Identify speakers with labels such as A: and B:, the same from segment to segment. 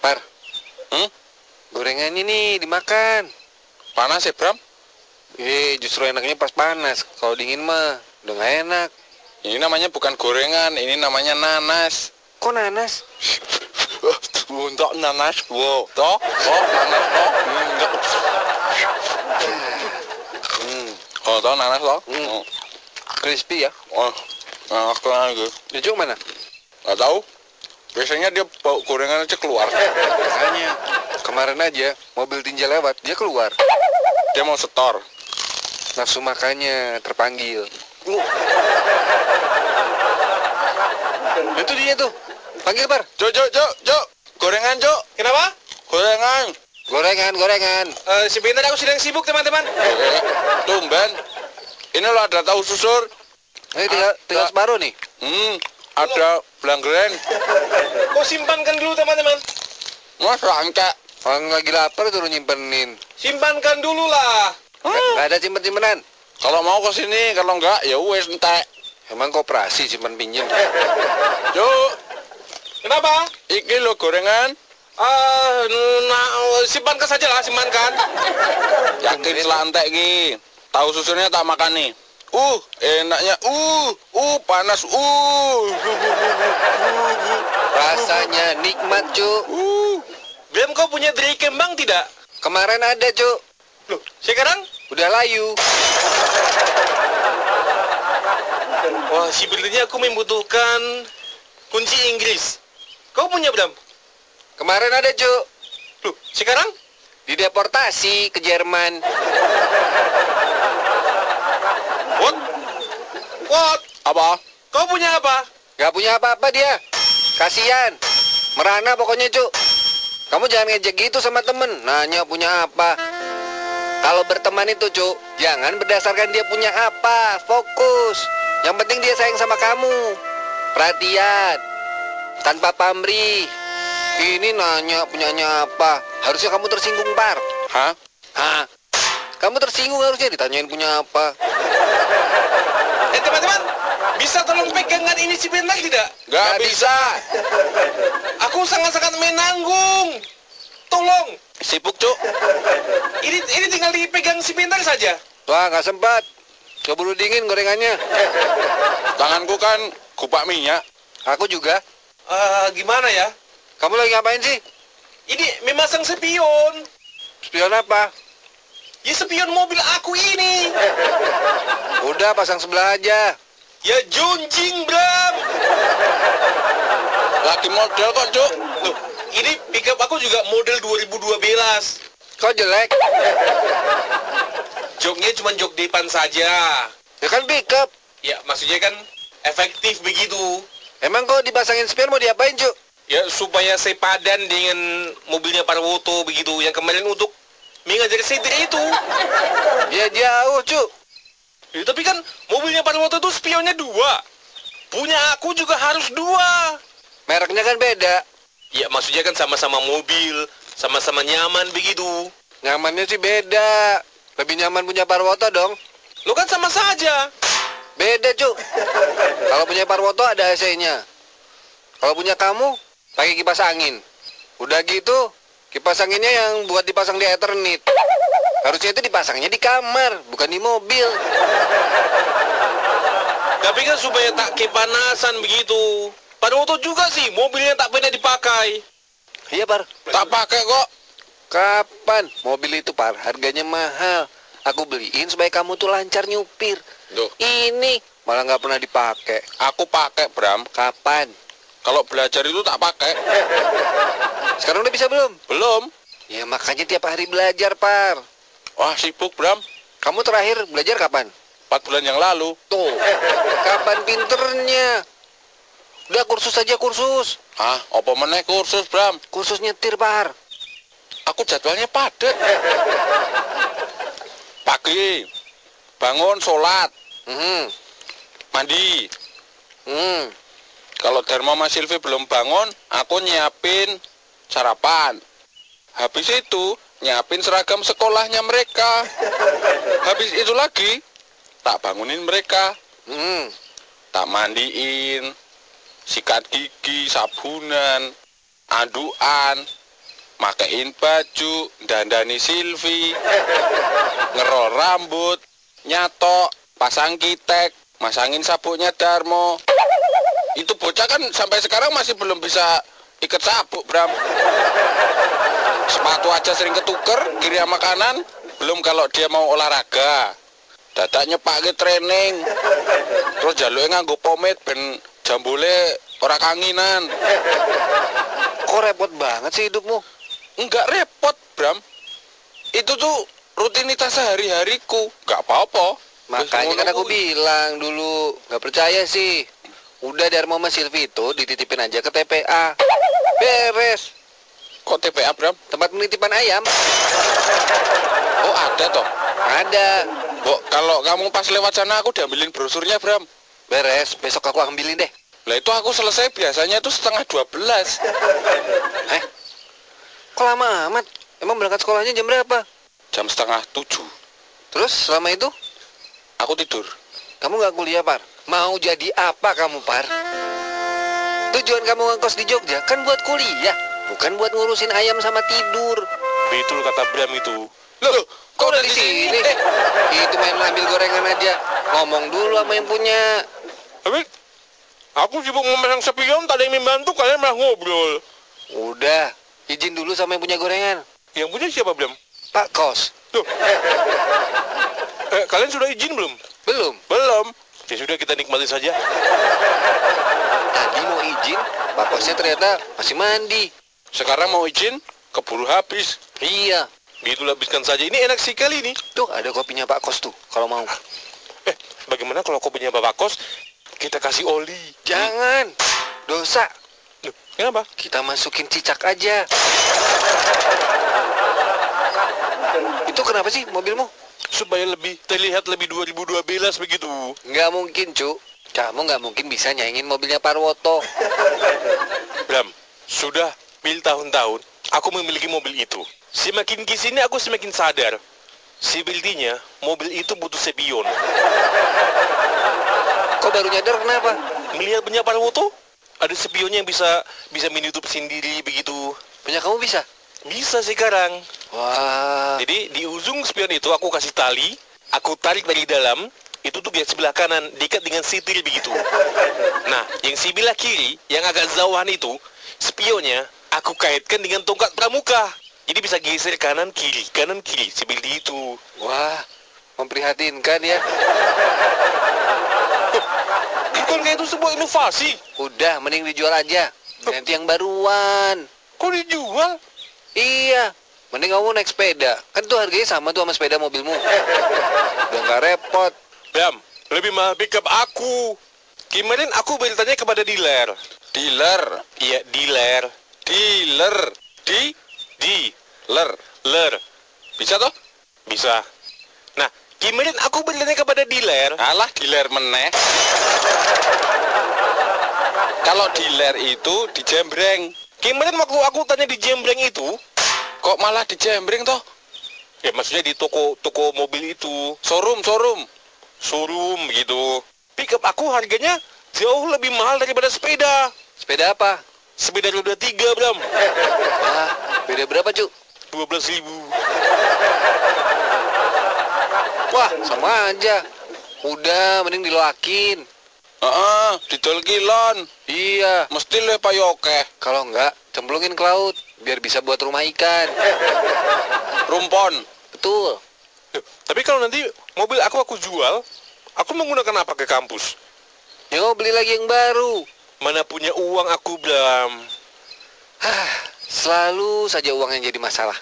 A: Par,
B: Hmm?
A: gorengannya nih dimakan.
B: Panas ya, Bram?
A: Eh, justru enaknya pas panas. Kalau dingin mah udah gak enak.
B: Ini namanya bukan gorengan, ini namanya nanas.
A: Kok nanas?
B: Untuk nanas, wow. Toh, oh, nanas, toh. Hmm, toh. Hmm. Oh, toh nanas, toh.
A: Hmm.
B: Hmm.
A: Crispy ya?
B: Oh, nanas kelangan gitu.
A: Jujur Ya, mana?
B: Gak tahu. Biasanya dia bau gorengan aja keluar.
A: Makanya. Kemarin aja, mobil tinja lewat, dia keluar.
B: Dia mau setor.
A: Nafsu makannya terpanggil. Nah, Itu dia tuh. Panggil, Par.
B: Cok, cok, cok, cok. Gorengan, cok.
C: Kenapa?
B: Gorengan.
A: Gorengan, gorengan.
C: Eh, sebentar aku sedang sibuk teman-teman.
B: Eh, Tumben. Ini lo ada tahu susur.
A: Ini tinggal, tinggal separuh nih.
B: Hmm, ada belanggren.
C: Kau simpankan dulu teman-teman.
B: Mas, rangka.
A: Orang lagi lapar turun nyimpenin.
C: Simpankan dulu lah.
A: Nggak nggak ada simpen-simpenan.
B: Kalau mau ke sini, kalau enggak ya wes entek.
A: Emang koperasi simpen pinjem.
B: Yuk,
C: Kenapa?
B: iki lo gorengan.
C: Eh, nah, simpankan saja lah, simpankan.
B: Yakin lah entek iki. Tahu susurnya tak makan nih. Uh, enaknya. Uh, uh panas. Uh.
A: Rasanya nikmat, cu.
B: Uh.
C: Bram, kau punya deri kembang tidak?
A: Kemarin ada, cu.
C: Loh, sekarang?
A: Udah layu.
C: Wah, sebenarnya aku membutuhkan kunci Inggris. Kau punya, Bram?
A: Kemarin ada, cu.
C: Loh, sekarang?
A: Dideportasi ke Jerman.
C: What? What?
B: Apa?
C: Kau punya apa?
A: Gak punya apa-apa dia. Kasian. Merana pokoknya, cu. Kamu jangan ngejek gitu sama temen. Nanya punya apa. Kalau berteman itu, cu. Jangan berdasarkan dia punya apa. Fokus. Yang penting dia sayang sama kamu. Perhatian. Tanpa pamrih. Ini nanya punyanya apa. Harusnya kamu tersinggung, Par.
B: Hah?
A: Hah? Kamu tersinggung harusnya ditanyain punya apa.
C: Eh, teman-teman, bisa tolong pegangan ini sebentar tidak?
B: Enggak bisa.
C: Aku sangat-sangat menanggung. Tolong,
B: Sibuk, Cuk.
C: ini ini tinggal dipegang sebentar saja.
A: Wah, nggak sempat. Coba dulu dingin gorengannya.
B: Tanganku kan kupak minyak.
A: Aku juga.
C: Eh, gimana ya?
A: Kamu lagi ngapain sih?
C: Ini memasang spion.
A: Spion apa?
C: Ya spion mobil aku ini.
A: Udah pasang sebelah aja.
C: Ya junjing Bram.
B: Lagi model kok, Cuk.
C: Loh, ini pickup aku juga model 2012.
A: Kok jelek?
C: Joknya cuma jok depan saja.
A: Ya kan pickup.
C: Ya maksudnya kan efektif begitu.
A: Emang kok dipasangin spion mau diapain, Cuk?
C: Ya supaya sepadan dengan mobilnya Parwoto begitu yang kemarin untuk mengajari Sidri itu.
A: Ya jauh, Cuk.
C: Ya, tapi kan mobilnya Parwoto itu spionnya dua. Punya aku juga harus dua.
A: Mereknya kan beda.
C: Ya maksudnya kan sama-sama mobil, sama-sama nyaman begitu.
A: Nyamannya sih beda. Lebih nyaman punya Parwoto dong.
C: Lo kan sama saja.
A: Beda, Cuk. Kalau punya Parwoto ada AC-nya. Kalau punya kamu, pakai kipas angin. Udah gitu, kipas anginnya yang buat dipasang di Eternit. Harusnya itu dipasangnya di kamar, bukan di mobil.
C: Tapi kan supaya tak kepanasan begitu. Parwoto juga sih mobilnya tak pernah dipakai.
A: Iya, Par.
B: Tak pakai kok.
A: Kapan? Mobil itu par, harganya mahal. Aku beliin supaya kamu tuh lancar nyupir.
B: Duh,
A: Ini malah nggak pernah dipakai.
B: aku pakai, Bram.
A: Kapan?
B: Kalau belajar itu tak pakai.
A: Sekarang udah bisa belum?
B: Belum.
A: Ya makanya tiap hari belajar par.
B: Wah, sibuk, Bram.
A: Kamu terakhir belajar kapan?
B: 4 bulan yang lalu.
A: Tuh, kapan pinternya? Udah kursus aja kursus.
B: Ah, apa meneh kursus, Bram?
A: Kursus nyetir par.
B: Aku jadwalnya padat. Pagi bangun sholat,
A: Hmm,
B: mandi.
A: hmm.
B: Kalau Dharma Mas Silvi belum bangun, aku nyiapin sarapan. Habis itu nyiapin seragam sekolahnya mereka. Habis itu lagi tak bangunin mereka,
A: Hmm,
B: tak mandiin, sikat gigi, sabunan, aduan, Makein baju, dandani Silvi, ngerol rambut, nyatok, pasang kitek, masangin sabuknya Darmo. Itu bocah kan sampai sekarang masih belum bisa ikat sabuk, Bram. Sepatu aja sering ketuker, kiri sama kanan. Belum kalau dia mau olahraga. Dadak nyepak training. Terus jaluknya nganggo pomade ben jambule ora kanginan.
A: Kok repot banget sih hidupmu?
B: Enggak repot, Bram. Itu tuh rutinitas sehari-hariku. Enggak apa-apa.
A: Makanya kan aku bilang dulu nggak percaya sih. Udah dari Mama Silvi itu dititipin aja ke TPA. Beres.
B: Kok TPA, Bram?
A: Tempat penitipan ayam
B: Oh, ada toh.
A: ada.
B: Mbok, kalau kamu pas lewat sana aku diambilin brosurnya, Bram.
A: Beres. Besok aku ambilin deh.
B: Lah itu aku selesai biasanya tuh setengah 12.
A: Eh, kok lama amat? Emang berangkat sekolahnya jam berapa?
B: Jam setengah 7.
A: Terus selama itu
B: Aku tidur.
A: kamu nggak kuliah par? Mau jadi apa kamu par? Tujuan kamu ngekos di Jogja kan buat kuliah, bukan buat ngurusin ayam sama tidur.
C: Betul kata Bram itu.
B: Loh,
A: Kok udah di sini?
B: Eh,
A: Itu main ambil gorengan aja. Ngomong dulu sama yang punya.
C: Tapi aku sibuk memasang spion, tak ada yang membantu, kalian malah ngobrol.
A: Udah, izin dulu sama yang punya gorengan.
C: Yang punya siapa Bram?
A: Pak Kos,
C: Tuh. Eh, kalian sudah izin belum?
A: belum.
C: Belum. Ya sudah kita nikmati saja.
A: Tadi mau izin, Pak Kosnya ternyata masih mandi.
B: sekarang mau izin keburu habis.
A: Iya.
C: Gitu habiskan saja. Ini enak sekali nih.
A: Tuh, ada kopinya Pak Kos tuh, kalau mau.
C: Eh, bagaimana kalau kopinya Bapak Kos kita kasih oli?
A: Jangan. Dosa.
C: Loh, kenapa?
A: Kita masukin cicak aja. Itu kenapa sih mobilmu?
C: Supaya lebih terlihat lebih 2012 begitu.
A: Nggak mungkin, Cuk. Kamu nggak mungkin bisa nyaingin mobilnya Parwoto.
C: Bram, sudah mil tahun-tahun aku memiliki mobil itu. Semakin kesini aku semakin sadar. Sibildinya, mobil itu butuh sepion.
A: Kok baru nyadar kenapa?
C: Melihat punya Parwoto, ada sepionnya yang bisa bisa menutup sendiri begitu.
A: Punya kamu bisa?
C: Bisa sekarang.
A: Wah.
C: Jadi di ujung spion itu aku kasih tali, aku tarik dari dalam, itu tuh yang sebelah kanan, diikat dengan sitir begitu. Nah, yang sebelah kiri, yang agak jauhan itu, spionnya aku kaitkan dengan tongkat pramuka. Jadi bisa geser kanan kiri, kanan kiri, seperti itu.
A: Wah, memprihatinkan ya.
C: Bukankah itu sebuah inovasi?
A: Udah, mending dijual aja. Nanti yang baruan.
C: Kok dijual?
A: Iya, mending kamu naik sepeda. Kan tuh harganya sama tuh sama sepeda mobilmu. Udah nggak repot.
C: Bram, lebih mahal pickup aku. Kemarin aku beritanya kepada dealer.
B: Dealer,
C: Iya, dealer.
B: dealer,
C: Di, di,
B: dealer.
C: ler.
B: Bisa toh?
C: Bisa. Nah, kemarin aku bertanya kepada dealer.
B: Alah dealer meneh. Kalau dealer itu dijembreng.
C: Kemarin waktu aku tanya di Jembreng itu,
B: Kok malah dijembreng toh?
C: ya maksudnya di toko toko mobil itu,
B: Showroom, showroom.
C: showroom gitu. Pickup aku harganya jauh lebih mahal daripada sepeda.
A: Sepeda apa?
C: Sepeda roda tiga, Bram.
A: Wah, beda berapa, Cuk?
C: 12 ribu.
A: Wah, sama aja. Udah, mending diloakin.
B: Heeh, didol kilon.
A: Iya,
B: Mesti ya, le payoke.
A: kalau enggak, cemplungin ke laut. Biar bisa buat rumah ikan.
B: Rumpon.
A: Betul.
C: Duh, Tapi kalau nanti mobil aku aku jual, aku menggunakan apa ke kampus?
A: Yo, beli lagi yang baru.
C: Mana punya uang aku, Bram.
A: Hah, selalu saja uang yang jadi masalah.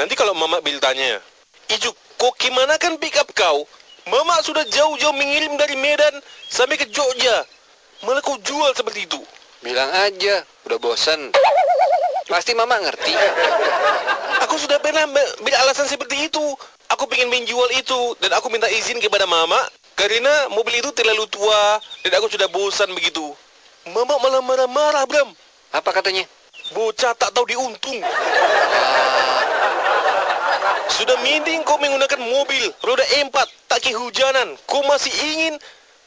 C: Nanti kalau Mama Bill tanya, Ijuk, kok gimana kan pick up kau? Mama sudah jauh-jauh mengirim dari Medan sampai ke Jogja. Malah kau jual seperti itu.
A: Bilang aja, udah bosen. Pasti mama ngerti.
C: Aku sudah pernah be- beri alasan seperti itu. Aku ingin menjual itu dan aku minta izin kepada Mama karena mobil itu terlalu tua dan aku sudah bosan begitu. Mama malah marah-marah, Bram.
A: Apa katanya?
C: Bocah tak tahu diuntung. Sudah mending kau menggunakan mobil roda empat tak kehujanan. Kau masih ingin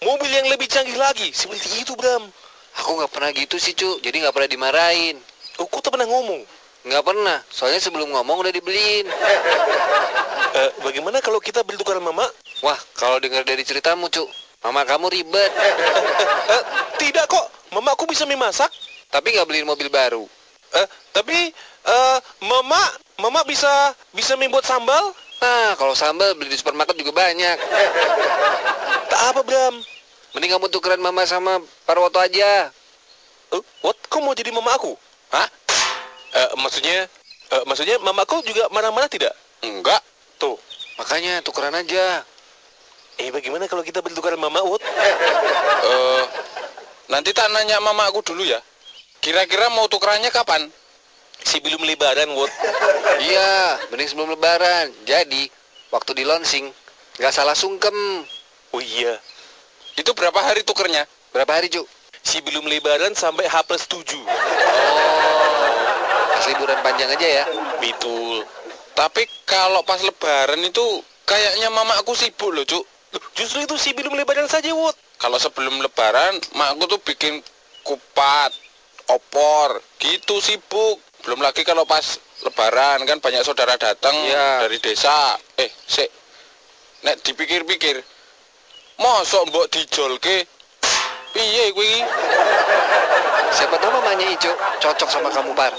C: mobil yang lebih canggih lagi. Seperti itu, Bram.
A: Aku nggak pernah gitu sih, Cuk. Jadi nggak pernah dimarahin.
C: Oh, kau tak pernah ngomong.
A: Nggak pernah, soalnya sebelum ngomong udah dibeliin.
C: Eh, bagaimana kalau kita beli tukaran mama?
A: Wah, kalau dengar dari ceritamu, Cuk, mama kamu ribet.
C: Eh, tidak kok, mama aku bisa memasak.
A: Tapi nggak beliin mobil baru.
C: Eh, tapi eh, mama mama bisa bisa membuat sambal?
A: Nah, kalau sambal beli di supermarket juga banyak.
C: Tak apa Bram.
A: Mending kamu tukeran mama sama Parwoto aja.
C: Eh, what? Kau mau jadi mama aku? Hah? Eh, maksudnya eh, maksudnya mama aku juga marah-marah tidak?
B: Enggak.
C: Tuh.
A: Makanya tukeran aja.
C: Eh, bagaimana kalau kita beli tukaran mama, Wot?
B: Eh, nanti tak nanya mama aku dulu ya. Kira-kira mau tukerannya kapan?
C: Si belum lebaran, Wot.
A: Iya, mending sebelum lebaran. Jadi, waktu di launching, nggak salah sungkem.
C: Oh iya.
B: Itu berapa hari tukernya?
A: Berapa hari, Cuk?
C: Si belum lebaran sampai H plus 7.
A: Pas liburan panjang aja ya.
C: Betul.
B: Tapi kalau pas lebaran itu kayaknya mama aku sibuk loh, Cuk.
C: Loh, Justru itu si belum lebaran saja, Wot.
B: Kalau sebelum lebaran, mak aku tuh bikin kupat, opor, gitu sibuk. Belum lagi kalau pas lebaran kan banyak saudara datang
A: Iya.
B: dari desa. Eh, sik. Nek dipikir-pikir, mosok mbok dijolke? Piye kuwi?
A: Siapa tahu mamanya Ijo cocok sama kamu, Par.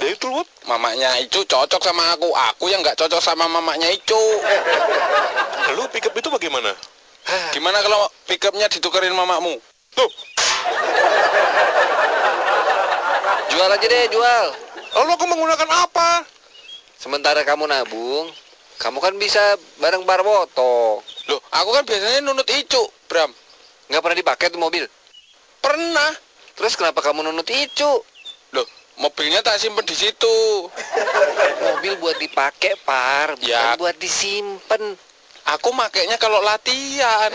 C: Dari Nah, itu, Wot.
B: Mamanya Icu cocok sama aku. Aku yang nggak cocok sama mamanya Icu.
C: Lalu pick up itu bagaimana?
B: Gimana kalau pickupnya ditukerin mamamu?
C: Tuh,
A: Jual aja deh, jual.
C: lalu aku menggunakan apa?
A: Sementara kamu nabung, kamu kan bisa bareng Parwoto.
B: Loh, aku kan biasanya nunut Icu, Bram.
A: Nggak pernah dipakai tuh mobil.
B: Pernah.
A: Terus kenapa kamu nunut Ijo?
B: Loh, mobilnya tak simpen di situ.
A: Mobil buat dipakai, Par. Bukan
B: Ya.
A: buat disimpan.
B: Aku makainya kalau latihan.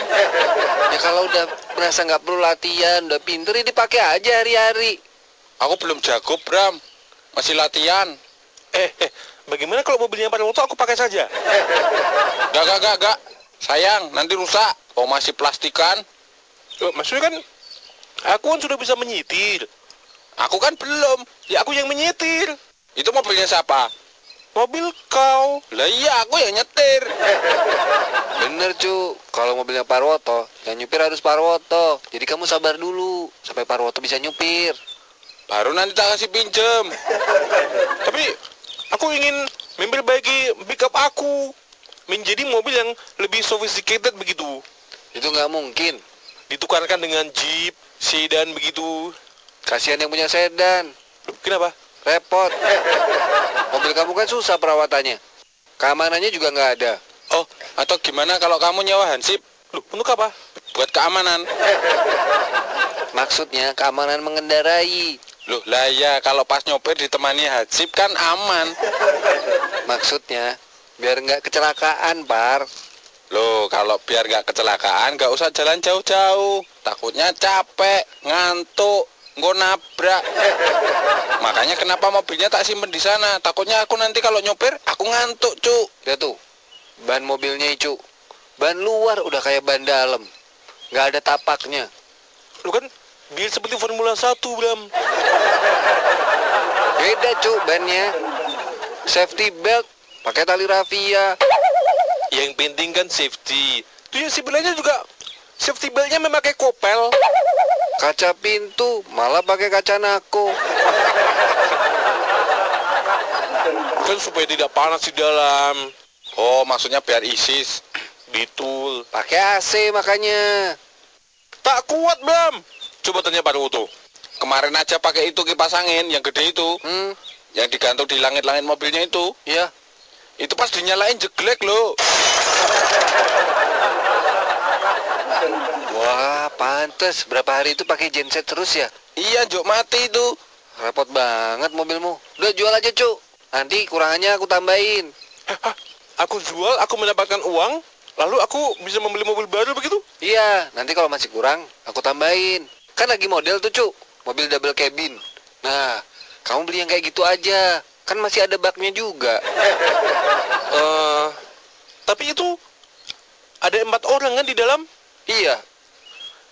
A: Ya kalau udah merasa nggak perlu latihan, udah pinter, ya dipakai aja hari-hari.
B: Aku belum jago, Bram. Masih latihan.
C: Eh, eh, bagaimana kalau mobilnya pada waktu aku pakai saja?
B: Gak, gak, gak, gak. Sayang, nanti rusak. Kau masih plastikan.
C: Loh, maksudnya kan, aku kan sudah bisa menyetir.
B: Aku kan belum.
C: Ya, aku yang menyetir.
B: Itu mobilnya siapa?
C: Mobil kau.
B: Lah iya, aku yang nyetir.
A: Bener cu, kalau mobilnya Parwoto, yang nyupir harus Parwoto. Jadi kamu sabar dulu sampai Parwoto bisa nyupir.
B: Baru nanti tak kasih pinjem.
C: Tapi, aku ingin memperbaiki pickup aku. Menjadi mobil yang lebih sophisticated begitu.
A: Itu nggak mungkin.
C: Ditukarkan dengan jeep, sedan begitu.
A: Kasihan yang punya sedan,
C: Loh, kenapa?
A: repot. Mobil kamu kan susah perawatannya. Keamanannya juga nggak ada.
B: Oh, atau gimana kalau kamu nyewa hansip
C: Loh, untuk apa?
B: buat keamanan?
A: Maksudnya keamanan mengendarai.
B: Loh, lah iya, kalau pas nyopir ditemani hansip kan aman.
A: Maksudnya biar nggak kecelakaan, Par.
B: Loh, kalau biar nggak kecelakaan, nggak usah jalan jauh-jauh. Takutnya capek, ngantuk, nggak nabrak. Makanya kenapa mobilnya tak simpen di sana? Takutnya aku nanti kalau nyopir, aku ngantuk, cu.
A: Lihat tuh, ban mobilnya cu. Ban luar udah kayak ban dalam. Nggak ada tapaknya.
C: Loh kan, biar seperti Formula 1, Bram.
A: Beda cu bannya. Safety belt, pakai tali rafia.
C: Yang penting kan safety. Tuh yang sebelahnya juga safety beltnya memakai kopel.
A: Kaca pintu, malah pakai kaca nako.
C: Kan supaya tidak panas di dalam.
B: Oh, maksudnya biar ISIS.
C: Betul.
A: Pakai AC makanya.
C: Tak kuat, Bram. Coba tanya pada Uto.
B: Kemarin aja pakai itu kipas angin yang gede itu,
A: Hmm,
B: yang digantung di langit-langit mobilnya itu.
A: ya.
B: Itu pas dinyalain jeglek loh.
A: Wah, pantes. Berapa hari itu pakai genset terus ya?
B: Iya, jok mati itu.
A: Repot banget mobilmu. Udah jual aja cu. Nanti kurangannya aku tambahin.
C: Hah, Eh, ah, aku jual, aku mendapatkan uang, lalu aku bisa membeli mobil baru begitu?
A: Iya, nanti kalau masih kurang, aku tambahin. Kan lagi model tuh, Cuk. Mobil double cabin. Nah, kamu beli yang kayak gitu aja. Kan masih ada baknya juga.
C: Eh, tapi itu ada empat orang kan di dalam?
A: Iya,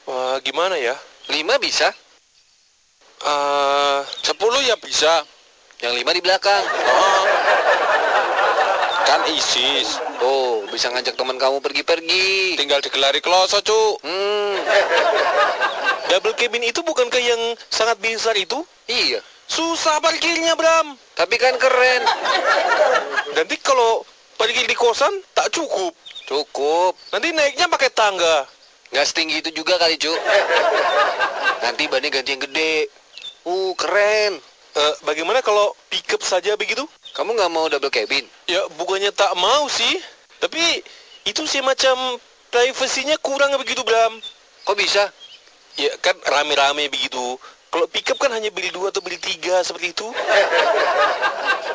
C: Wah, gimana ya?
A: lima bisa.
C: Eh,
B: 10 ya bisa.
A: Yang lima di belakang.
B: Oh. Kan ISIS.
A: Oh, bisa ngajak teman kamu pergi-pergi.
B: Tinggal digelari kloso, cu.
A: Hmm,
C: Double cabin itu bukankah yang sangat besar itu?
A: iya.
C: Susah parkirnya, Bram.
A: Tapi kan keren.
C: Nanti kalau parkir di kosan, tak cukup.
A: Cukup.
C: Nanti naiknya pakai tangga.
A: Nggak setinggi itu juga kali, Cuk. Nanti bannya ganti yang gede. Uh, keren.
C: Eh, bagaimana kalau pickup saja begitu?
A: Kamu nggak mau double cabin?
C: Ya, bukannya tak mau sih. Tapi itu sih macam privasinya kurang begitu, Bram.
A: Kok bisa?
C: Ya kan rame-rame begitu. Kalau pickup kan hanya beli dua atau beli tiga seperti itu.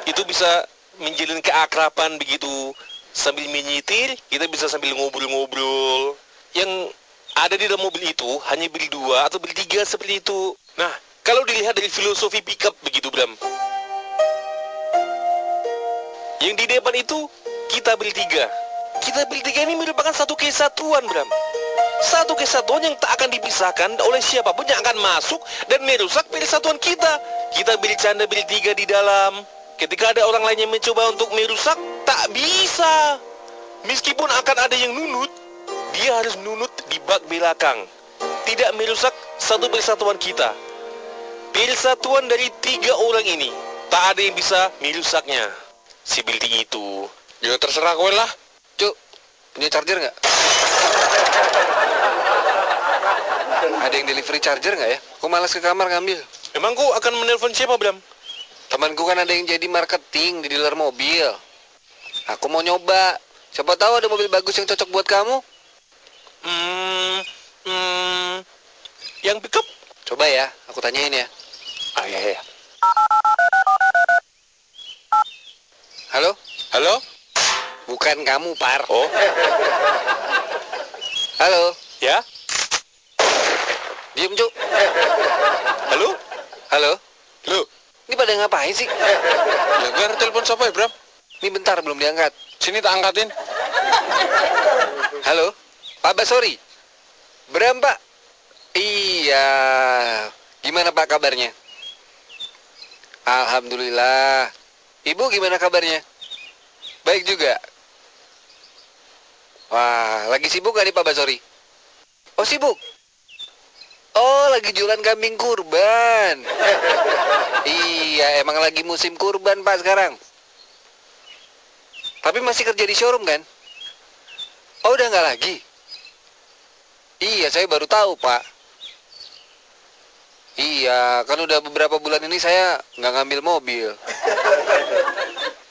C: itu bisa menjalin keakraban begitu. Sambil menyitir, kita bisa sambil ngobrol-ngobrol. Yang ada di dalam mobil itu hanya beli dua atau beli tiga seperti itu. Nah, kalau dilihat dari filosofi pickup begitu, Bram. Yang di depan itu kita beli tiga. Kita beli tiga ini merupakan satu kesatuan, Bram satu kesatuan yang tak akan dipisahkan oleh siapapun yang akan masuk dan merusak persatuan kita. Kita bercanda bertiga di dalam. Ketika ada orang lain yang mencoba untuk merusak, tak bisa. Meskipun akan ada yang nunut, dia harus menunut di bak belakang. Tidak merusak satu persatuan kita. Persatuan dari tiga orang ini, tak ada yang bisa merusaknya. Si building itu.
B: Ya terserah kowe lah.
A: Cuk, punya charger nggak? Ada yang delivery charger nggak ya? Kok malas ke kamar ngambil?
C: Emang kau akan menelpon siapa, Bram?
A: Temanku kan ada yang jadi marketing di dealer mobil. Aku mau nyoba. Siapa tahu ada mobil bagus yang cocok buat kamu?
C: Hmm, hmm, yang pickup
A: Coba ya, aku tanyain ya. iya.
C: Ah, ya, ya.
A: Halo?
B: Halo?
A: Bukan kamu, Par.
C: Oh,
A: Halo?
C: ya.
A: Diem, Cuk.
C: Halo?
A: Halo?
B: Lu,
A: Ini pada ngapain sih?
B: ya gue telepon siapa ya, Bram?
A: Ini bentar, belum diangkat.
B: Sini tak angkatin.
A: Halo? Pak Basori? Bram, Pak? Iya. Gimana, Pak, kabarnya? Alhamdulillah. Ibu gimana kabarnya? Baik juga. Wah, lagi sibuk gak nih Pak Basori? Oh, sibuk? Oh, lagi jualan kambing kurban. iya, emang lagi musim kurban, Pak, sekarang. Tapi masih kerja di showroom, kan? Oh, udah nggak lagi? Iya, saya baru tahu, Pak. Iya, kan udah beberapa bulan ini saya nggak ngambil mobil.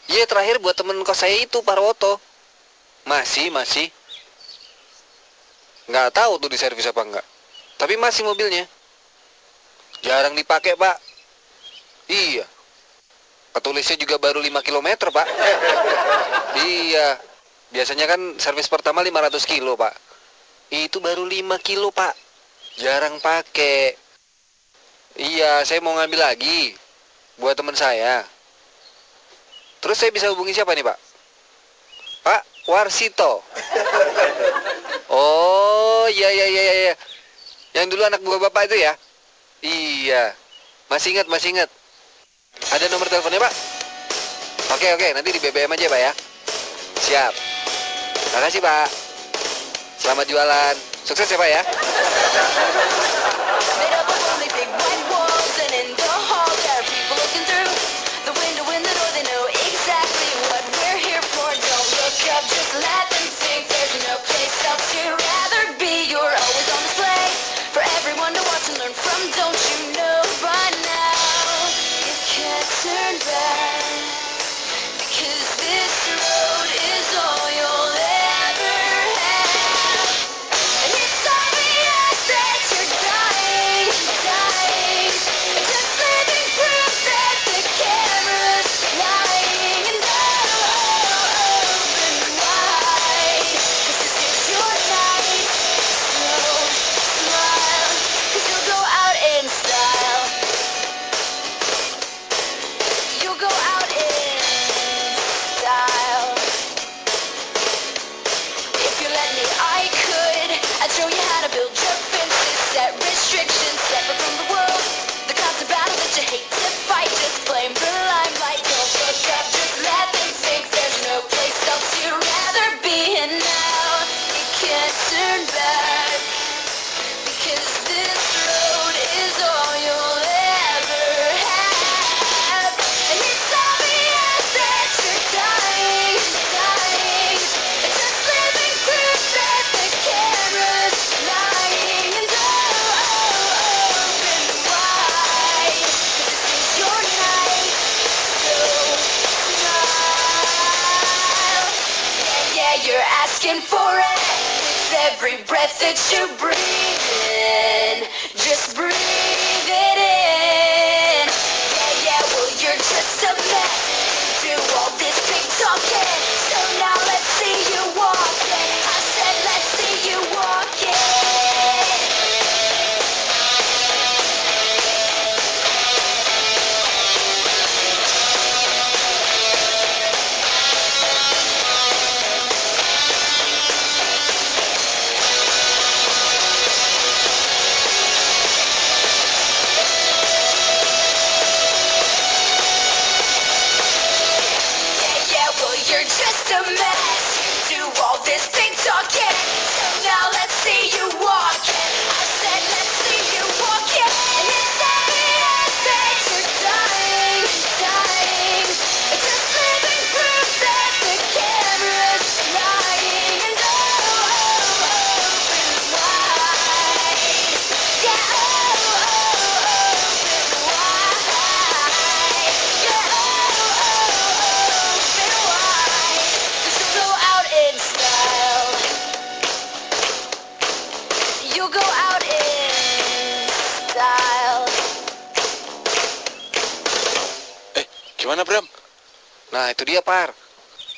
A: Iya, terakhir buat temen kos saya itu, Parwoto. Masih, masih. Nggak tahu tuh di servis apa nggak. Tapi masih mobilnya. Jarang dipakai, Pak. Iya. Ketulisnya juga baru 5 km, Pak. Iya. Biasanya kan servis pertama 500 kilo, Pak. Itu baru 5 kilo, Pak. Jarang pakai. Iya, saya mau ngambil lagi buat teman saya. Terus saya bisa hubungi siapa nih, Pak? Pak Warsito. Oh, iya iya iya iya. Yang dulu anak buah Bapak itu ya? Iya. Masih ingat, masih ingat. Ada nomor teleponnya, Pak? Oke, oke, nanti di BBM aja, Pak ya. Siap. Makasih, Pak. Selamat jualan. Sukses ya, Pak ya.
D: Made up of only big white walls, and in the hall there are people looking through the window in the door. They know exactly what we're here for. Don't look up, just let them think there's no place else you'd rather be. You're always on display for everyone to watch and learn from. Don't you know by now you can't turn back because this road is all you'll ever have. And it's obvious that you're
E: oh, asking for it with every breath that you breathe in. Just breathe it in. Yeah, yeah, well, you're just a mess. Do all this big talking. So now let's see you walk it. I said, let's see you walk it. Yeah, yeah, well, you're just a mess. You do all this big talking. So now let's see you walk it. I said, let's see you walk it. And it's obvious that you're dying, dying. It's just living proof that the camera's lying. And oh, oh, open wide. Yeah, oh, oh, open wide. You go out in style.
B: Eh, gimana Bram?
A: Nah itu dia Par.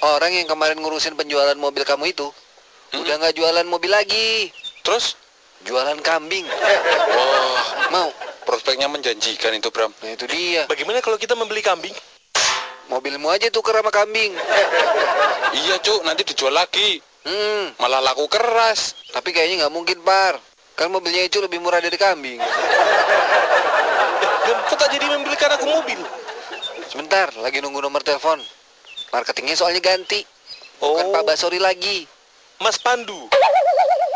A: Orang yang kemarin ngurusin penjualan mobil kamu itu udah nggak jualan mobil lagi,
B: Terus?
A: jualan kambing.
B: Wah,
A: Mau?
B: prospeknya menjanjikan itu Bram.
A: Nah itu dia.
C: Bagaimana kalau kita membeli kambing?
A: Mobilmu aja tuker sama kambing.
B: Iya cuk, nanti dijual lagi.
A: Hmm.
B: Malah laku keras.
A: Tapi kayaknya nggak mungkin Par. Kan mobilnya itu lebih murah dari kambing.
C: Dan kok tak jadi membelikan aku mobil?
A: Sebentar, lagi nunggu nomor telepon. Marketingnya soalnya ganti. Bukan
C: Oh.
A: Pak Basori lagi.
C: Mas Pandu.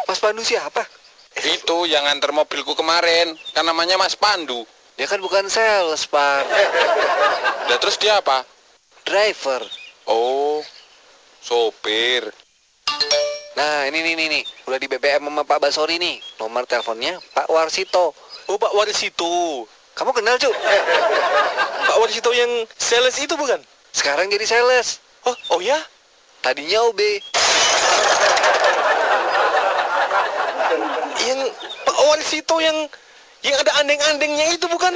A: Mas Pandu siapa?
B: Itu yang antar mobilku kemarin. Kan namanya Mas Pandu.
A: Dia kan bukan sales, Pak.
B: Dan terus dia apa?
A: Driver.
B: Oh, sopir.
A: Nah, ini nih nih nih. Udah di BBM sama Pak Basori nih. Nomor teleponnya Pak Warsito.
C: Oh, Pak Warisito.
A: Kamu kenal, Cuk?
C: Pak Warisito yang sales itu bukan?
A: Sekarang jadi sales.
C: Oh, oh ya?
A: Tadinya OB.
C: Yang Pak Warisito yang yang ada andeng-andengnya itu bukan?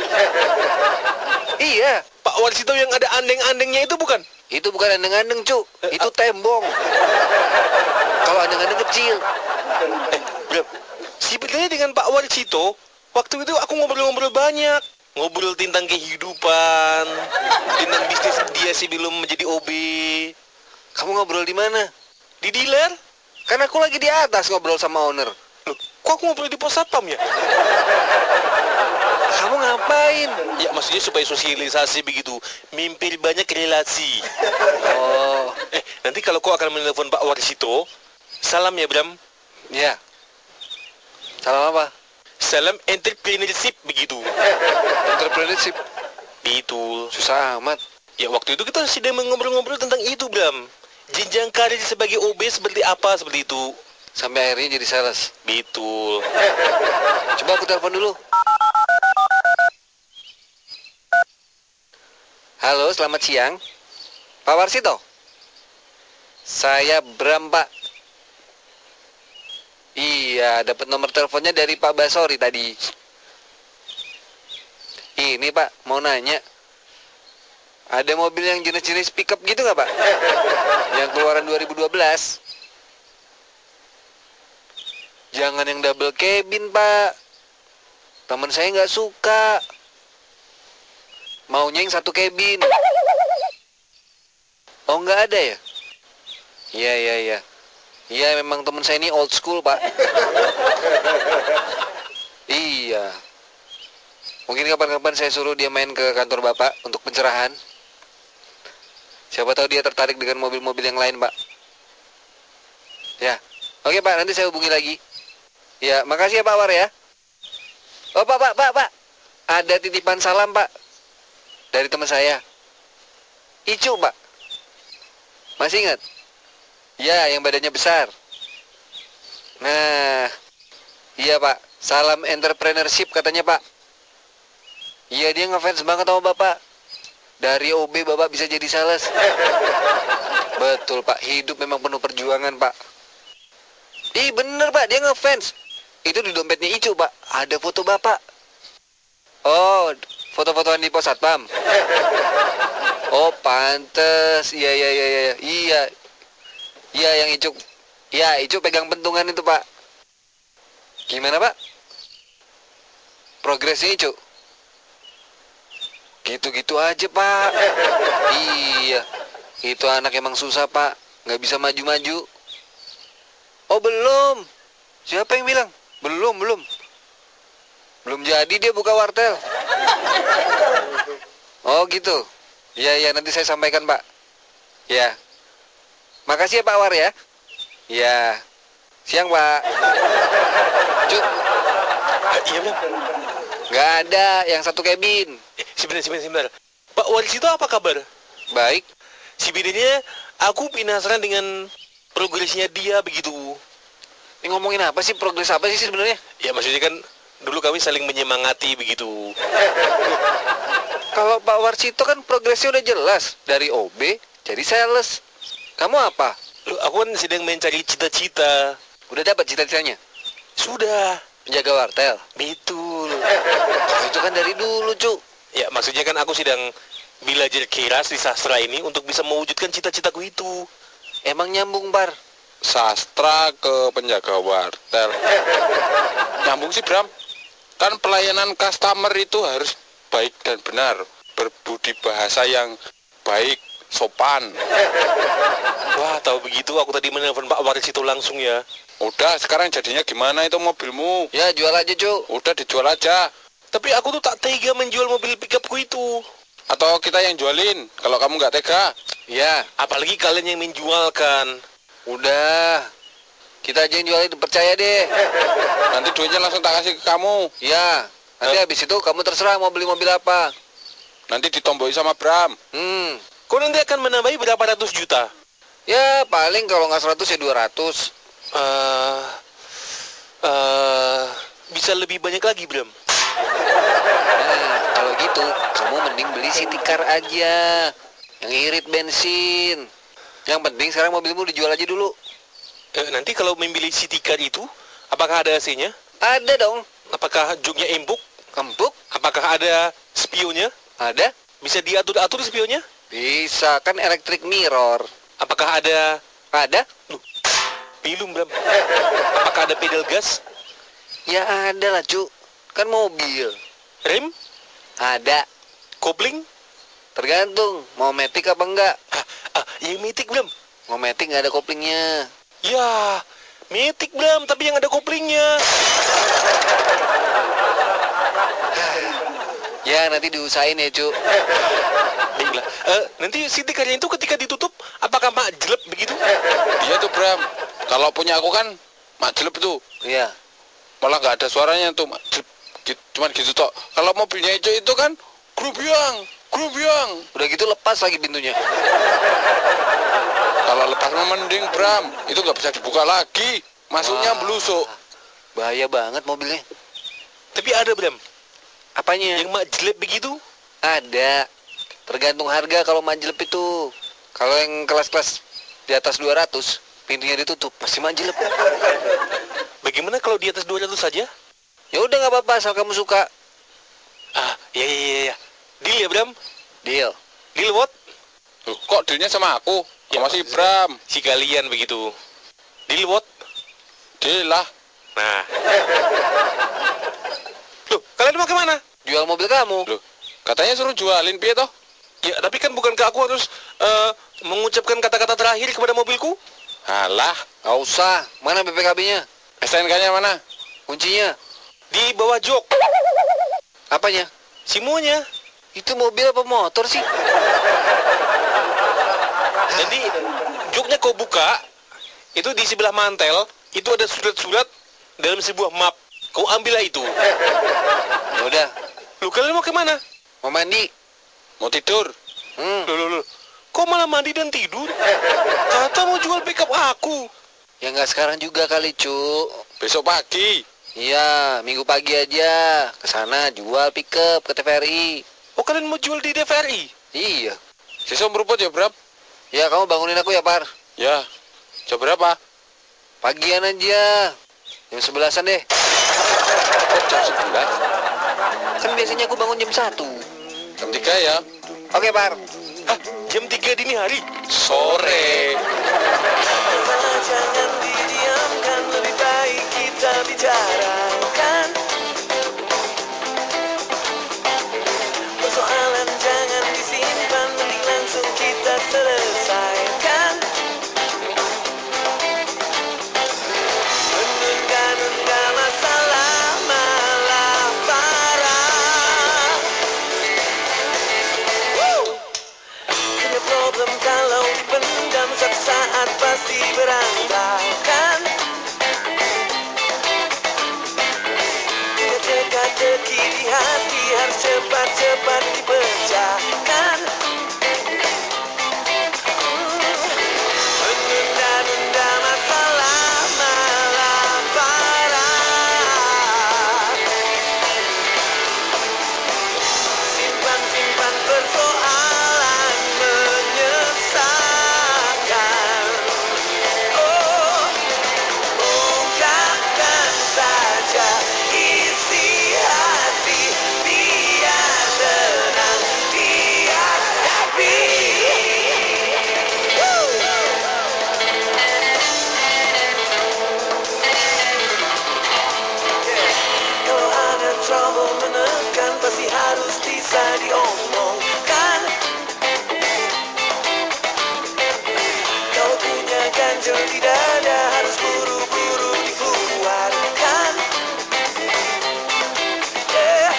A: Iya.
C: Pak Warisito yang ada andeng-andengnya itu bukan?
A: Itu bukan andeng-andeng, Cuk. Itu tembong. Kalau andeng-andeng kecil.
C: Eh, Bram, sebetulnya dengan Pak Warisito, waktu itu aku ngobrol-ngobrol banyak. Ngobrol tentang kehidupan, tentang bisnis dia sebelum menjadi OB.
A: Kamu ngobrol di mana?
C: Di dealer?
A: Kan aku lagi di atas ngobrol sama owner.
C: Loh, kok aku ngobrol di pos satpam ya?
A: Kamu ngapain?
C: Ya, maksudnya supaya sosialisasi begitu. Mimpin banyak relasi.
A: Oh,
C: Eh, nanti kalau kau akan menelpon Pak Warisito, salam ya Bram.
A: ya. Salam apa?
C: Salam entrepreneurship begitu.
A: Entrepreneurship.
C: Itu.
A: Susah amat.
C: Ya waktu itu kita sudah mengobrol-ngobrol tentang itu Bram. Jenjang karir sebagai OB seperti apa seperti itu.
A: Sampai akhirnya jadi sales.
C: Betul.
A: Coba aku telepon dulu. Halo, selamat siang. Pak Warsito. Saya Bram, Pak. Iya, dapat nomor teleponnya dari Pak Basori tadi. Ini, Pak, mau nanya. Ada mobil yang jenis-jenis pickup gitu nggak, Pak? Yang keluaran 2012. Jangan yang double cabin, Pak. Teman saya nggak suka. Maunya yang satu cabin. Oh, nggak ada ya? Iya, iya, iya. Iya, memang teman saya ini old school, Pak. iya. Mungkin kapan-kapan saya suruh dia main ke kantor Bapak untuk pencerahan. Siapa tahu dia tertarik dengan mobil-mobil yang lain, Pak. Ya. Oke, Pak, nanti saya hubungi lagi. Ya, makasih ya Pak War ya. Oh Pak, Pak, Pak, Pak. Ada titipan salam Pak. Dari teman saya. Icu Pak. Masih ingat? Ya, yang badannya besar. Nah, iya Pak. Salam entrepreneurship katanya Pak. Iya dia ngefans banget sama Bapak. Dari OB Bapak bisa jadi sales. Betul Pak, hidup memang penuh perjuangan Pak. Ih bener pak, dia ngefans. Itu di dompetnya Icu pak, ada foto bapak. Oh, foto-fotoan di pos satpam. Oh pantes, iya iya iya iya iya. Iya yang Icu, iya Icu pegang pentungan itu pak. Gimana pak? Progresnya Icu? Gitu-gitu aja pak. Iya, itu anak emang susah pak, nggak bisa maju-maju. Oh belum. Siapa yang bilang? Belum, belum. Belum jadi dia buka wartel. Oh gitu. Ya ya nanti saya sampaikan Pak. Ya. Makasih ya Pak War ya. Ya. Siang Pak. Cuk,
C: Ah, iya bang.
A: nggak ada yang satu kabin.
C: Eh, sebentar, sebentar, sebentar. Pak Waris itu apa kabar?
A: Baik.
C: Sebenarnya aku penasaran dengan progresnya dia begitu.
A: Ini ngomongin apa sih progres apa sih sebenarnya?
C: Ya maksudnya kan dulu kami saling menyemangati begitu.
A: Kalau Pak Warsito kan progresnya udah jelas dari OB jadi sales. Kamu apa?
C: Loh, aku kan sedang mencari cita-cita.
A: Udah dapat cita-citanya?
C: Sudah,
A: Penjaga wartel.
C: betul.
A: Itu kan dari dulu, Cuk.
C: Ya maksudnya kan aku sedang belajar kiras di sastra ini untuk bisa mewujudkan cita-citaku itu.
A: Emang nyambung, Bar.
B: sastra ke penjaga wartel. Nyambung sih Bram. Kan pelayanan customer itu harus baik dan benar, berbudi bahasa yang baik, sopan.
C: Wah, tahu begitu aku tadi menelpon Pak Waris itu langsung ya.
B: Udah, sekarang jadinya gimana itu mobilmu?
A: Ya, jual aja, Cuk.
B: Udah dijual aja.
C: Tapi aku tuh tak tega menjual mobil pickupku itu.
B: Atau kita yang jualin, kalau kamu nggak tega.
A: Ya,
C: Apalagi kalian yang menjualkan.
A: udah. Kita aja yang jualin, percaya deh.
B: Nanti duitnya langsung tak kasih ke kamu.
A: Ya, nanti
B: Eh.
A: habis itu kamu terserah mau beli mobil apa.
B: Nanti ditomboi sama Bram.
A: Hmm,
C: Kau nanti akan menambahi berapa ratus juta?
A: ya paling kalau nggak 100 ya 200.
C: eh eh, bisa lebih banyak lagi, Bram.
A: Hmm, kalau gitu, kamu mending beli city car aja. Yang irit bensin. Yang penting sekarang mobilmu dijual aja dulu.
C: Eh, nanti kalau memilih city car itu, apakah ada AC-nya?
A: Ada dong.
C: Apakah joknya empuk?
A: Empuk?
C: Apakah ada spionnya?
A: Ada?
C: Bisa diatur-atur spionnya?
A: Bisa, kan electric mirror.
C: Apakah ada
A: Ada?
C: pilum, Bram? Apakah ada pedal gas?
A: Ya ada lah, Cuk. Kan mobil.
C: Rem?
A: Ada.
C: Kopling?
A: Tergantung, mau metik apa enggak.
C: Ah, ah, yang mitik, Bram.
A: Mau metik nggak ada koplingnya.
C: Ya, mitik, Bram. Tapi yang ada koplingnya.
A: Ya, nanti diusahain ya, Cuk.
C: Baiklah. Eh, nanti city car itu ketika ditutup, apakah mak jelek begitu?
B: Iya tuh Bram. Kalau punya aku kan, mak jelep tuh.
A: Iya.
B: Malah nggak ada suaranya tuh, mak jelep. Gitu- Cuman gitu tok. Kalau mobilnya itu itu kan, grubyang, grubyang.
A: Udah gitu lepas lagi pintunya.
B: Kalau lepas mah mending Bram, itu nggak bisa dibuka lagi.
A: Wah.
B: Masuknya belusuk.
A: Bahaya banget mobilnya.
C: Tapi ada, Bram.
A: Apanya?
C: Yang mak jelek begitu?
A: Ada. Tergantung harga kalau manjelep itu. Kalau yang kelas-kelas di atas 200, pintunya ditutup, pasti manjelep.
C: Bagaimana kalau di atas 200 saja?
A: Ya udah nggak apa-apa asal kamu suka.
C: Ah, iya iya iya. iya. Deal ya, Bram?
A: Deal.
C: Deal what?
B: Loh, Kok dealnya sama aku?
C: Ya,
B: Sama si Bram.
C: Si kalian begitu. Deal what?
B: Deal lah.
C: Nah. Loh, kalian mau kemana?
A: Jual mobil kamu.
B: Loh, katanya suruh jualin piye toh?
C: Ya, tapi kan bukankah aku harus eh, mengucapkan kata-kata terakhir kepada mobilku?
B: Alah,
A: Nggak usah. Mana BPKB-nya?
B: STNK-nya mana?
A: Kuncinya?
C: Di bawah jok.
A: Apanya?
C: Simunya.
A: Itu mobil apa motor sih?
C: Jadi, joknya kau buka, itu di sebelah mantel, itu ada surat-surat dalam sebuah map. Kau ambillah itu.
A: Ya udah,
C: Loh, kalian mau kemana?
A: mau mandi.
B: Mau tidur?
A: Hmm,
C: Loh, loh, loh. Kok malah mandi dan tidur? Kata mau jual pickup aku.
A: ya nggak sekarang juga kali, Cuk.
B: Besok pagi.
A: Iya, minggu pagi aja. Ke sana jual pickup ke TVRI.
C: Oh, kalian mau jual di DVRI?
A: Iya.
B: Besok meruput ya Bram?
A: Ya, kamu bangunin aku ya, Par.
B: Ya. Jam berapa?
A: Pagian aja. Jam sebelasan deh.
B: Kok jam 11?
A: Kan biasanya aku bangun jam 1.
B: Jam 3 ya?
A: Oke, Par.
C: Hah, Ah, jam 3 dini hari?
B: Sore.
F: Jangan didiamkan, lebih baik kita bicarakan. Persoalan jangan disimpan, mending langsung kita selesaikan. Menunda-nunda masalah malah parah. Woo! Punya problem kalau dipendam Satu saat pasti berantakan Punya teka-teki di hati Harus cepat-cepat Kan? dipecahkan Hmm. Menunda-nunda masalah malah parah Simpan-simpan persoalan menyesatkan Oh, ungkapkan saja isi hati Biar tenang, biar happy Kalau ada trouble menekan pasti harus bisa diomongkan Kalau punya ganjel di dada harus buru-buru dikeluarkan Eh,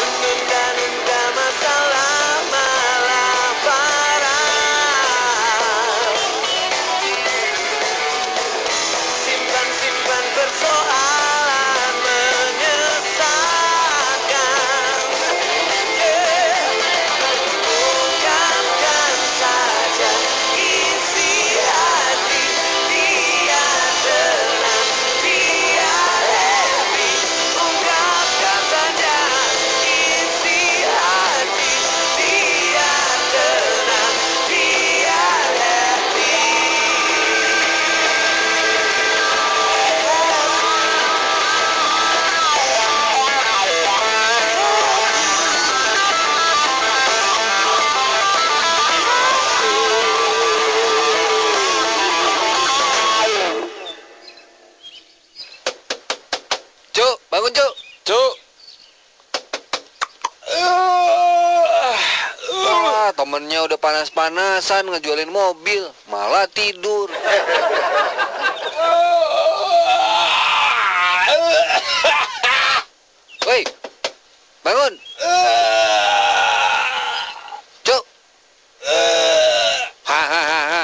F: Menunda-nunda masalah malah parah Simpan-simpan persoalan menyesatkan Ungkapkan saja isi hati Biar tenang, biar happy Ungkapkan saja isi hati Biar tenang, biar happy
A: Cuk, bangun, Cuk.
B: Cuk.
A: Wah, Ah, temennya udah panas-panasan ngejualin mobil, malah tidur. Woi, bangun. Cuk. Hahaha.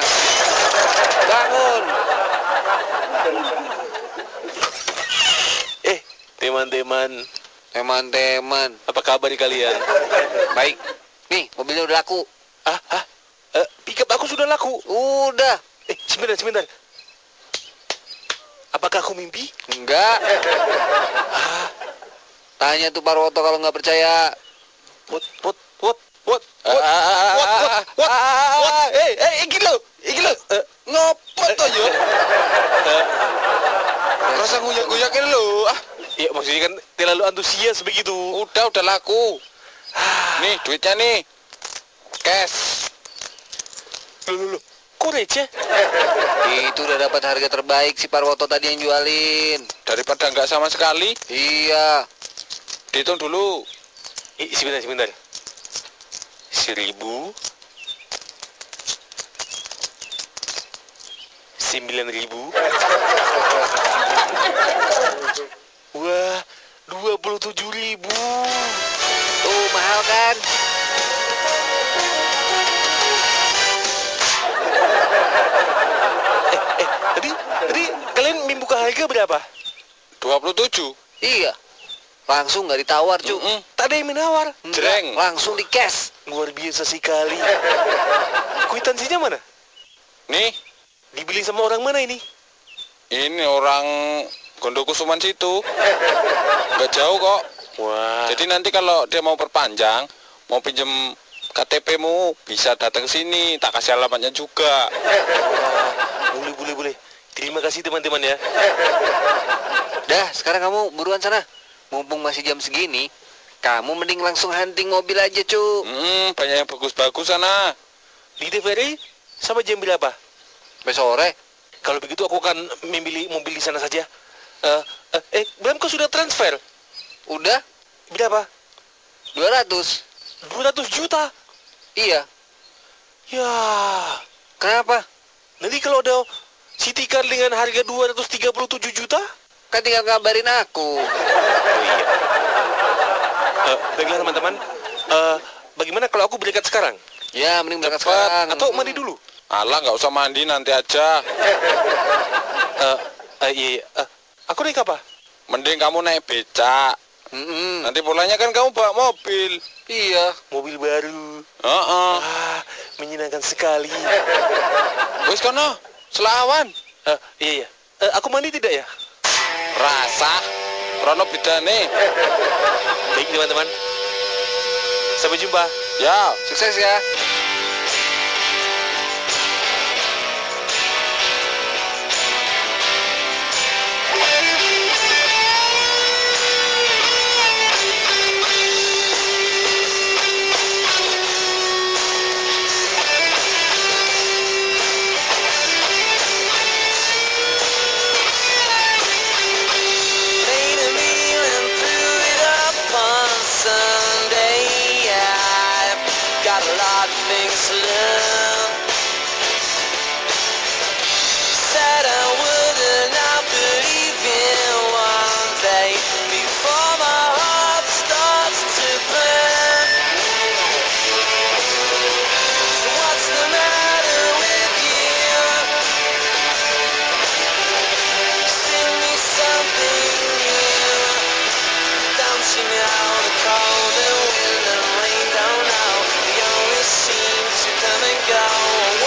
A: Bangun.
C: Eh, teman-teman,
A: Teman-teman,
C: apa kabar kalian?
A: baik. Nih, mobilnya udah laku.
C: Ah, ah, eh, pickup aku sudah laku.
A: Udah.
C: Eh, sebentar, sebentar. Apakah aku mimpi?
A: Enggak. Tanya tuh Parwoto kalau nggak percaya.
C: What, what, what, what,
B: Ah,
C: what,
B: ah, ah,
C: what,
B: ah,
C: what, what,
A: ah,
C: what, eh, eh, iki lo, iki lo, Eh, ngopo to yo?
B: Rasa Eh, nguyak-nguyakin lu. Ah,
C: Ya maksudnya kan terlalu antusias begitu.
B: udah udah laku. Ah, Nih duitnya nih. Cash. Oh,
C: Loh, loh, loh. Kok receh?
A: Itu udah dapat harga terbaik si Parwoto tadi yang jualin.
B: Daripada nggak sama sekali,
A: Iya.
B: dihitung dulu.
C: Eh, sebentar, sebentar. Seribu. Sembilan ribu. Wah, dua puluh tujuh ribu.
A: Tuh mahal kan?
C: Tadi, tadi kalian membuka harga berapa?
B: 27.
A: Iya. Langsung nggak ditawar cu.
B: Mm-mm.
C: Tak ada yang menawar.
A: Nggak,
B: Jreng.
A: Langsung di cash.
C: Luar biasa sekali. Kuitansinya mana?
B: Nih,
C: Dibeli sama orang mana ini?
B: ini orang Gondokusuman situ. Nggak jauh kok.
C: Wah.
B: Jadi nanti kalau dia mau perpanjang, mau pinjem KTP-mu, bisa datang sini. Tak kasih alamatnya juga.
C: boleh boleh boleh. Terima kasih teman-teman ya.
A: Dah, sekarang kamu buruan sana. Mumpung masih jam segini, kamu mending langsung hunting mobil aja, cu.
B: Hmm, banyak yang bagus-bagus sana.
C: Di TVRI sama jam berapa? Mm.
A: Besok sore.
C: Kalau begitu aku akan memilih mobil di sana saja. Eh, eh, eh, Bram kau sudah transfer?
A: Udah
C: Berapa?
A: 200.
C: 200 juta.
A: Iya.
C: Ya,
A: Kenapa?
C: nanti kalau ada city car dengan harga 237 juta?
A: Kan tinggal ngabarin aku.
C: Eh, baiklah teman-teman. Eh, bagaimana kalau aku berangkat sekarang?
A: Ya, mending berangkat
B: Cepat,
A: sekarang.
C: Atau mandi dulu?
B: Alah, nggak usah mandi nanti aja.
C: Eh, eh, iya, iya. Eh, aku naik apa?
B: Mending kamu naik becak.
A: Mm-mm.
B: Nanti pulangnya kan kamu bawa mobil.
A: Iya.
C: Mobil baru.
B: Heeh.
C: Ah, menyenangkan sekali.
B: Wis kono, selawan.
C: Eh, iya, iya. Eh, aku mandi tidak ya?
B: Rasa Rono bidane.
C: Baik teman-teman. Sampai jumpa.
B: Ya.
A: Sukses ya.
F: Before my heart starts to burn So what's the matter with you? Sing me something new. Don't you know the cold and wind and rain don't know? They always seem to come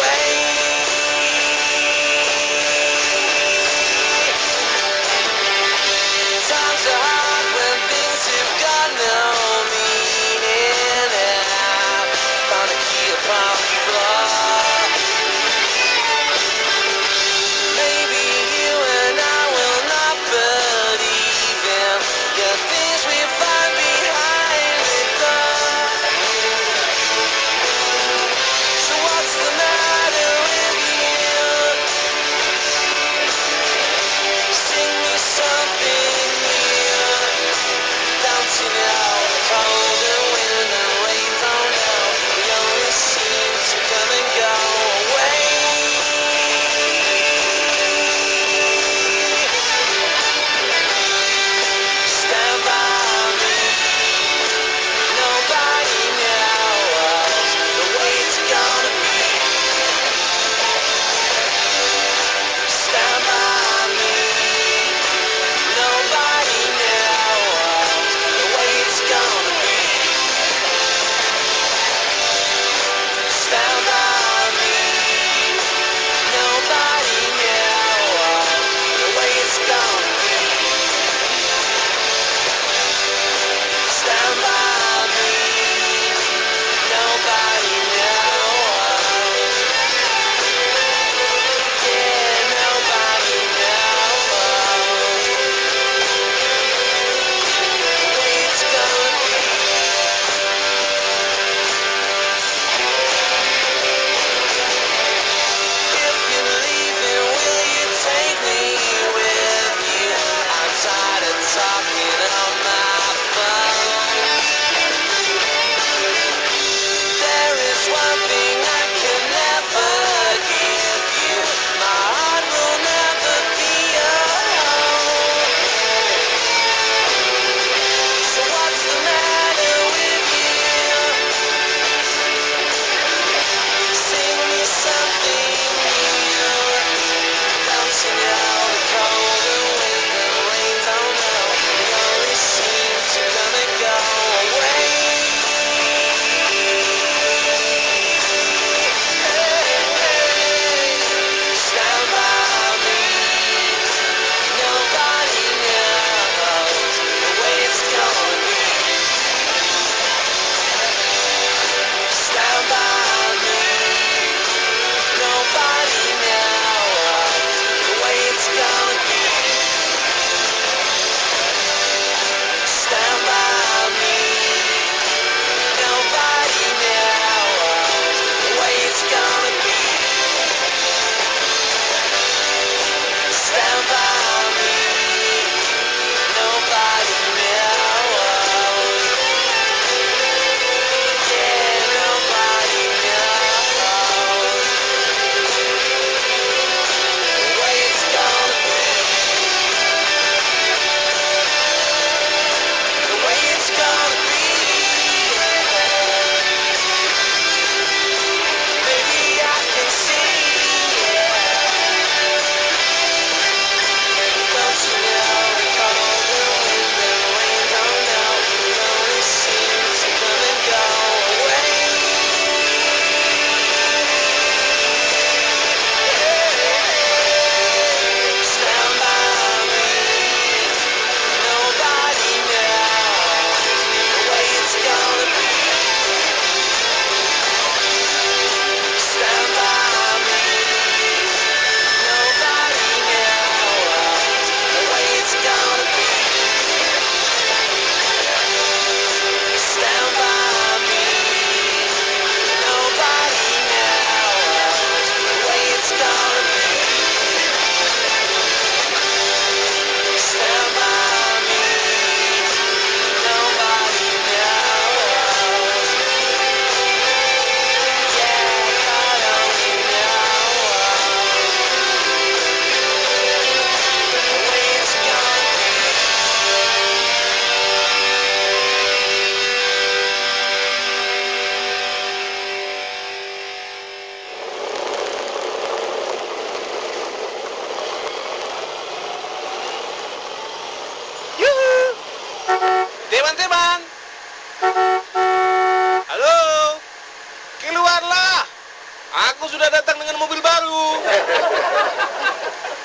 C: datang dengan mobil baru.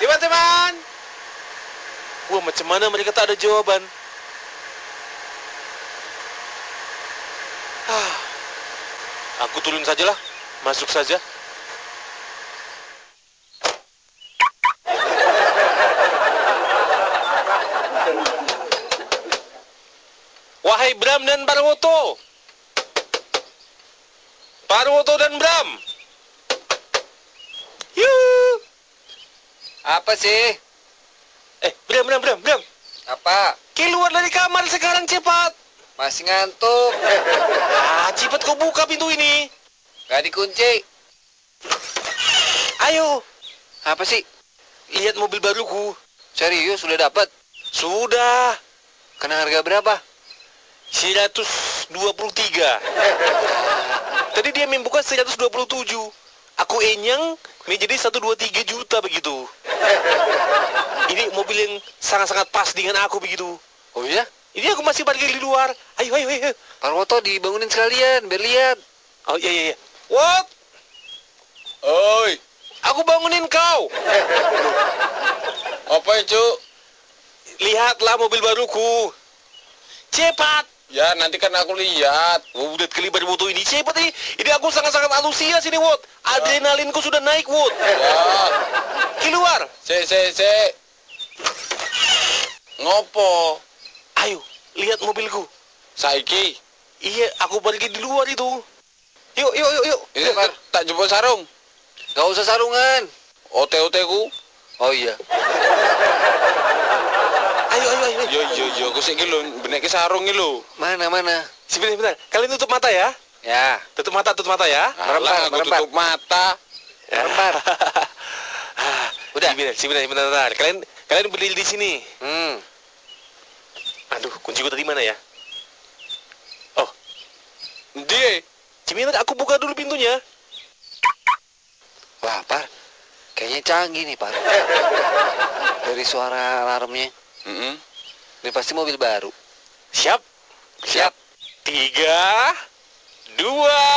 C: Teman-teman. Wah, macam mana mereka tak ada jawaban? Ah, aku turun sajalah. Masuk saja. Wahai Bram dan Parwoto. Parwoto dan Bram. Yuh.
A: Apa sih?
C: Eh, Bram, Bram, Bram, Bram.
A: Apa?
C: Keluar dari kamar sekarang cepat.
A: Masih ngantuk?
C: Ah, cepat kau buka pintu ini.
A: Gak dikunci?
C: Ayo,
A: Apa sih?
C: lihat mobil baruku.
A: Serius sudah dapat?
C: Sudah,
A: Kena harga berapa?
C: 123. Tadi dia membuka 127. Aku enyang menjadi 123 juta begitu. Ini mobil yang sangat-sangat pas dengan aku begitu.
A: Oh iya?
C: Ini aku masih parkir di luar. Ayo, ayo, ayo.
A: Parwoto dibangunin sekalian, biar lihat.
C: Oh iya iya. iya. What?
B: Oi,
C: Aku bangunin kau.
B: apa itu?
C: Lihatlah mobil baruku. Cepat.
B: Ya, nanti kan aku lihat.
C: Oh, udah kelibat butuh ini cepat ini. Ini aku sangat-sangat antusias ini, Wot. Adrenalinku sudah naik, Wot.
B: Ya,
C: Keluar.
B: se, se, se. Ngopo?
C: Ayo, lihat mobilku.
B: Saiki.
C: Iya, aku pergi di luar itu. Yuk, yuk, yuk, yuk.
B: Ini tak- Iya, tak jumpa sarung.
A: Gak usah sarungan.
B: OT-OT ku.
A: Oh iya.
C: Ayo, ayo, ayo.
B: Yo, yo, yo. Aku sik iki lho, benek iki sarung iki lho.
A: Mana, mana?
C: Sebentar, sebentar. Kalian tutup mata ya.
A: Ya,
C: Tutup mata, tutup mata ya.
A: Merempat,
B: Alah, aku
A: merempat.
B: tutup mata.
A: empat.
C: Udah. Ah, Sebentar, sebentar, sebentar. sebentar. Kalian kalian berdiri di sini.
A: Hmm.
C: Aduh, kunciku tadi mana ya?
B: Ndi?
C: Cimina, aku buka dulu pintunya.
A: Wah, Par. Kayaknya canggih nih, Par. Dari suara alarmnya.
B: Heeh.
A: Ini pasti mobil baru.
C: Siap?
A: Siap.
C: Tiga, dua,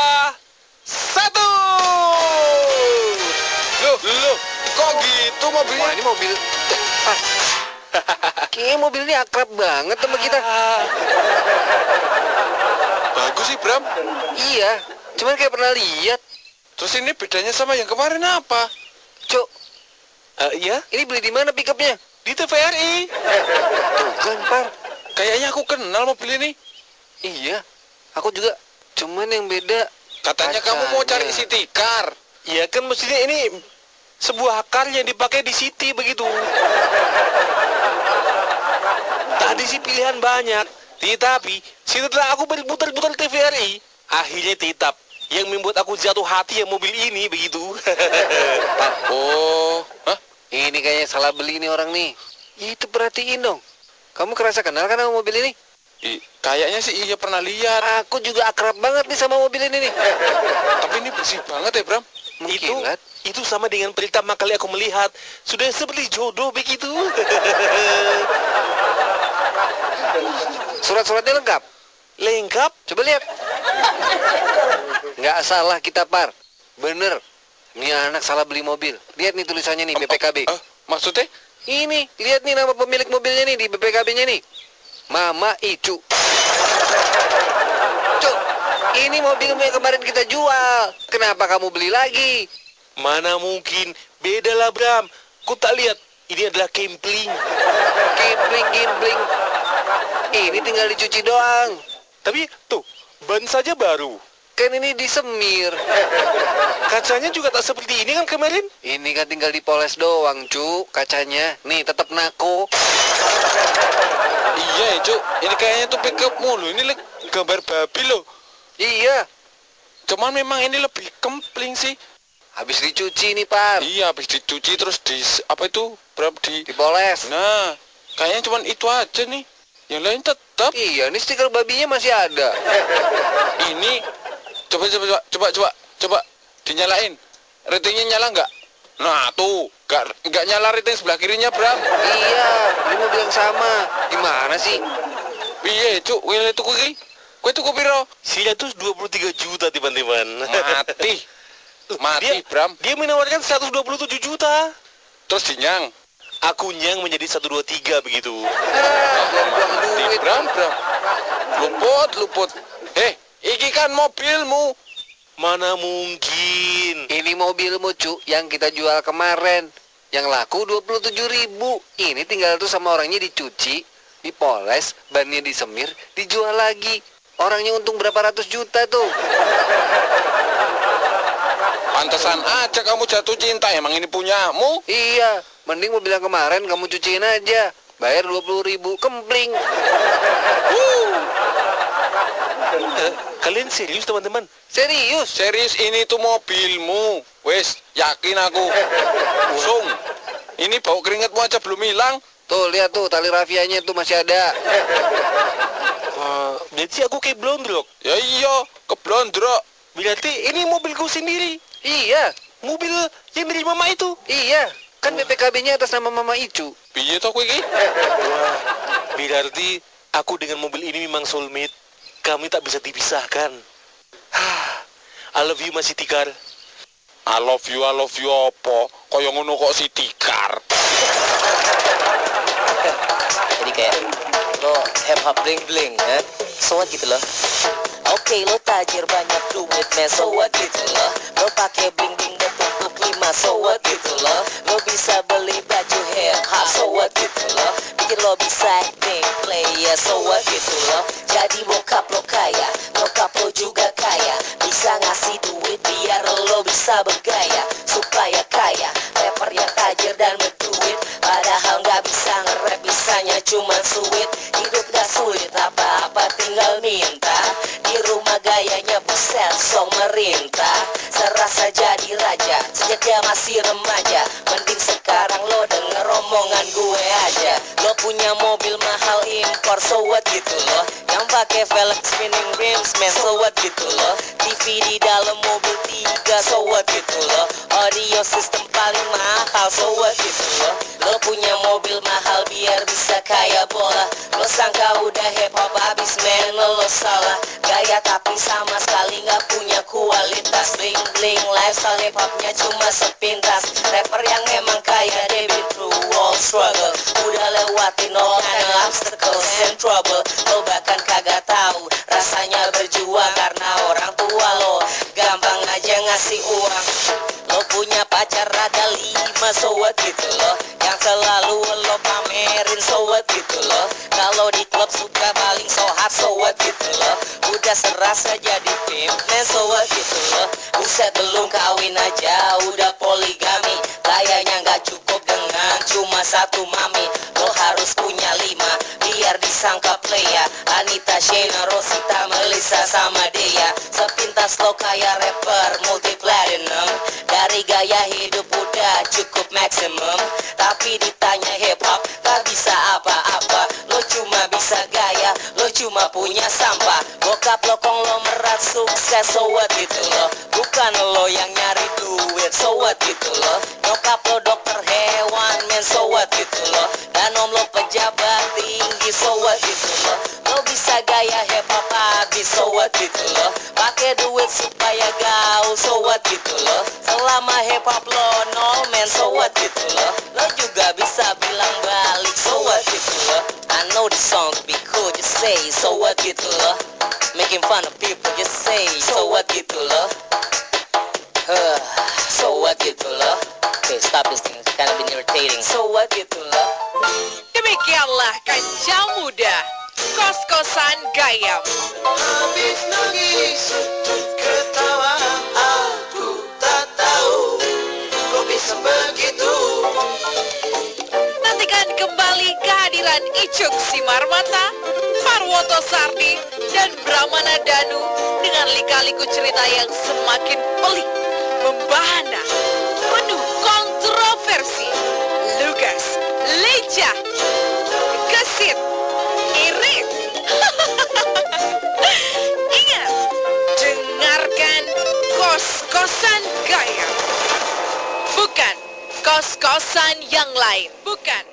C: satu.
B: Loh, loh. Kok gitu mobilnya?
A: Wah, ini mobil... Par. Kayaknya mobil ini akrab banget sama kita.
C: Ah,
B: Bagus sih, Bram.
A: Iya. Cuman kayak pernah lihat.
B: Terus ini bedanya sama yang kemarin apa?
A: Cuk,
C: Eh, iya,
A: ini beli di mana pickupnya?
C: di TVRI.
A: Tuh kan, Par.
B: Kayaknya aku kenal mobil ini.
A: Iya. Aku juga. Cuman yang beda...
B: Katanya kamu mau cari
A: Katanya.
B: isi tikar.
C: Ya kan mestinya ini sebuah akar yang dipakai di city begitu. Tadi sih pilihan banyak, tetapi setelah aku berputar-putar TVRI, akhirnya tetap yang membuat aku jatuh hati ya mobil ini begitu.
B: Oh, hah?
A: Ini kayaknya salah beli nih orang nih. Ya Itu perhatiin dong. Kamu kerasa kenal kan sama mobil ini?
B: I- kayaknya sih iya pernah lihat.
A: Aku juga akrab banget nih sama mobil ini nih.
B: Tapi ini bersih banget ya, Bram.
C: itu
A: Mungkin
C: itu sama dengan pertama kali aku melihat sudah seperti jodoh begitu.
A: surat-suratnya lengkap.
C: Lengkap
A: Coba lihat. Nggak salah kita par. Bener. Ini anak salah beli mobil. Lihat nih tulisannya nih BPKB.
B: Eh, maksudnya?
A: Ini lihat nih nama pemilik mobilnya nih di BPKB-nya nih. Mama Icu. Cuk, ini mobil yang kemarin kita jual. Kenapa kamu beli lagi?
C: mana mungkin beda lah Bram. Ku tak lihat ini adalah kempling.
A: Gimbling, gimbling. Ini tinggal dicuci doang.
C: Tapi tuh ban saja baru.
A: Kan ini disemir.
C: Kacanya juga tak seperti ini kan kemarin.
A: Ini kan tinggal dipoles doang, cu. Kacanya. Nih, tetap nako.
B: Iya, ya, Cuk. Ini kayaknya tuh pickup mulu. Ini le- gambar babi loh.
A: Iya.
B: Cuman memang ini lebih kempling sih.
A: Habis dicuci nih, Par.
B: Iya, habis dicuci terus di apa itu? Bram di
A: Dipoles.
B: Nah, kayaknya cuman itu aja nih. Yang lain tetap
A: Iya, ini stiker babinya masih ada.
B: ini. Coba coba coba coba coba, coba dinyalain. Ratingnya nyala nggak? Nah tuh, nggak nggak nyala rating sebelah kirinya Bram.
A: Iya, ini mobil yang sama. Gimana sih?
B: Piye cuk, kowe itu kuwi. Kowe tuku piro?
C: 123 juta teman-teman.
B: Mati. Mati,
C: dia,
B: Bram.
C: Dia menawarkan 127 juta.
B: Terus dinyang.
C: Aku nyang menjadi 123 begitu.
B: Belum duit, Bram, Bram. Luput, luput. Eh, iki kan mobilmu.
C: Mana mungkin.
A: Ini mobilmu cu yang kita jual kemarin Yang laku 27 ribu Ini tinggal tuh sama orangnya dicuci Dipoles, bannya disemir, dijual lagi Orangnya untung berapa ratus juta tuh
B: Pantesan aja kamu jatuh cinta. Emang ini punyamu?
A: Iya, mending mobil yang kemarin kamu cuciin aja Bayar 20 ribu, kempling
C: Eh, kalian serius teman-teman?
A: Serius
B: Serius ini tuh mobilmu. Wes, yakin aku. Sung, ini bau keringetmu aja belum hilang.
A: Tuh lihat tuh tali rafianya tuh masih ada
C: Eh, berarti aku kayak blondrok.
B: Ya iya, keblondrok.
C: Berarti ini mobilku sendiri.
A: Iya,
C: Mobil yang dari mama itu.
A: iya Kan BPKB-nya atas nama Mama Icu
B: Piye to kowe iki?
C: Wah, berarti aku dengan mobil ini memang soulmate. Kami tak bisa dipisahkan. Hah, I love you masih tikar.
B: I love you, I love you apa? Kaya ngono kok si tikar.
E: jadi kayak
B: Loh,
E: hip hop bling bling ya so what gitu loh oke lo tajir banyak duit men so what gitu loh lo pakai bling bling dan tutup lima so what gitu loh lo bisa beli baju hip hop so what gitu loh bikin lo bisa acting player so what gitu loh jadi bokap lo kaya bokap lo juga kaya bisa ngasih duit biar lo bisa bergaya supaya kaya rapper yang tajir dan berduit padahal nggak bisa nge-rap bisanya cuma sulit hidup gak sulit apa-apa tinggal minta di rumah gayanya buset song merintah serasa jadi raja sejak dia masih remaja mending sekarang lo denger omongan gue aja lo punya mobil mahal impor so what gitu lo yang pakai velg spinning rims man so what gitu lo TV di dalam mobil tiga so what gitu lo audio system paling mahal so what gitu lo lo punya mobil mahal biar bisa kaya bola lo sangka udah hip hop abis men lo salah gaya tapi sama sekali nggak punya kualitas bling bling lifestyle hip hopnya cuma sepintas rapper yang emang kaya they been through all struggle udah lewatin all kind of obstacles and trouble lo bahkan kagak tahu rasanya berjuang karena orang tua lo gampang aja ngasih uang Lo punya pacar ada lima sowet gitu loh Yang selalu lo pamerin sowet gitu loh Kalau di klub suka paling sohat sowet gitu loh Udah serasa jadi pimpin sowet gitu loh Buset belum kawin aja udah poligami Kayaknya nggak cukup dengan cuma satu mami Lo harus punya lima biar disangka playa Anita, Shena, Rosita, Melissa sama Dea Sepintas lo kaya rapper multi platinum Dari gaya hidup udah cukup maksimum Tapi ditanya hip hop gak bisa apa-apa Lo cuma bisa gaya, lo cuma punya sampah Bokap lo konglomerat sukses so what gitu lo Bukan lo yang nyari duit so what gitu lo Nyokap lo dokter hewan men so what gitu lo Dan om lo pejabat tinggi so what gitu lo Lo bisa gaya hip hop habis so what gitu lo Pakai duit supaya gaul so what gitu lo Selama hip hop lo nol men so what gitu lo Lo juga bisa bilang balik so what gitu lo I know the song be cool just say so what gitu lo Making fun of people just say so what gitu lo Huh, so what gitu loh Okay, stop this thing. It's kind of been irritating. So what gitu loh
G: Demikianlah kancah muda Kos-kosan gayam
F: Habis nangis ketawa aku tak tahu kok bisa begitu
G: Nantikan kembali kehadiran Icuk Simarmata Parwoto Sardi Dan Brahmana Danu Dengan lika-liku cerita yang semakin pelik Membahana Penuh kontroversi Lugas Lecah Gesit Irit Ingat Dengarkan Kos-kosan gayam Bukan kos-kosan yang lain. Bukan